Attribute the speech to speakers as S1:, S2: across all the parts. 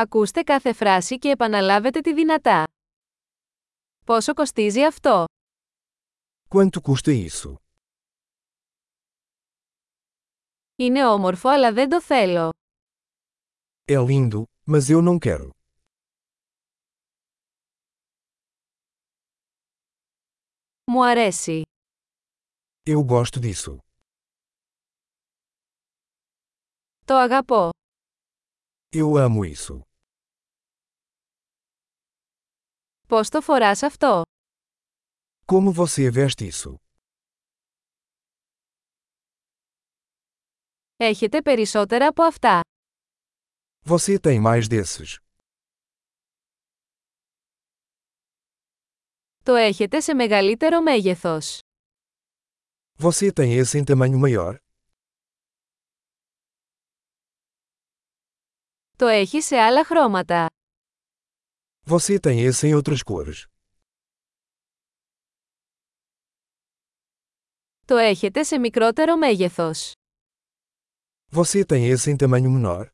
S1: Ακούστε κάθε φράση και επαναλάβετε τη δυνατά. Πόσο κοστίζει αυτό?
S2: Quanto custa isso?
S1: Είναι όμορφο αλλά δεν το θέλω.
S2: É lindo, mas eu não quero.
S1: Μου αρέσει.
S2: Eu gosto disso.
S1: Το αγαπώ.
S2: Eu amo isso.
S1: Πώς το φοράς αυτό?
S2: Como você veste isso?
S1: Έχετε περισσότερα από αυτά.
S2: Você tem mais desses.
S1: Το έχετε σε μεγαλύτερο μέγεθος.
S2: Você tem esse em tamanho maior?
S1: Το έχει σε άλλα χρώματα.
S2: Você tem esse em outras cores?
S1: Το έχετε σε μικρότερο μέγεθος.
S2: Você tem esse em tamanho menor?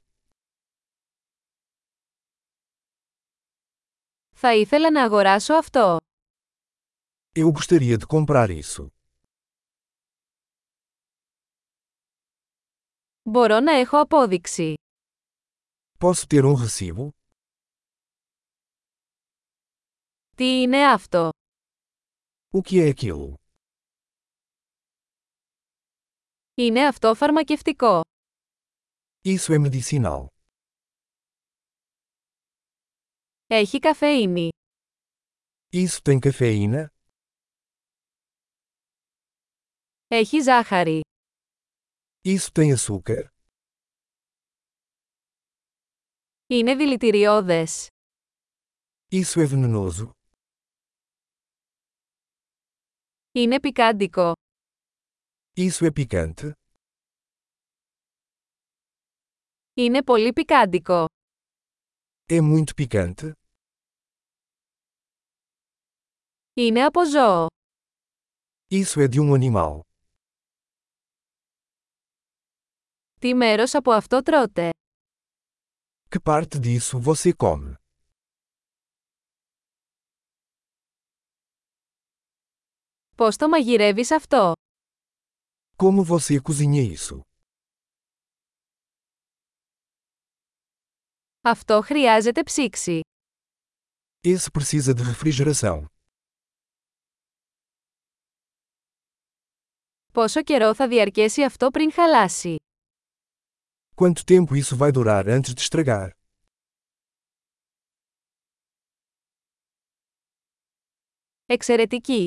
S1: Θα ήθελα να αγοράσω αυτό.
S2: Eu gostaria de comprar isso.
S1: Μπορώ να έχω απόδειξη.
S2: Posso ter um recibo?
S1: Τι είναι αυτό?
S2: O que é aquilo?
S1: Είναι αυτό φαρμακευτικό.
S2: Isso é medicinal.
S1: Έχει καφεΐνη.
S2: Isso tem cafeína?
S1: Έχει ζάχαρη.
S2: Isso tem açúcar?
S1: Είναι δηλητηριώδες.
S2: Isso é venenoso?
S1: Είναι πικάντικο.
S2: Isso é picante?
S1: Είναι πολύ πικάντικο.
S2: É muito picante?
S1: Είναι από ζώο.
S2: Isso é de um animal.
S1: Τι μέρος από αυτό τρώτε?
S2: Que parte disso você come?
S1: Πώς το μαγειρεύεις αυτό?
S2: Como você cozinha isso?
S1: Αυτό χρειάζεται ψήξη.
S2: Esse precisa de refrigeração.
S1: Πόσο καιρό θα διαρκέσει αυτό πριν χαλάσει?
S2: Quanto tempo isso vai durar antes de estragar?
S1: Εξαιρετική!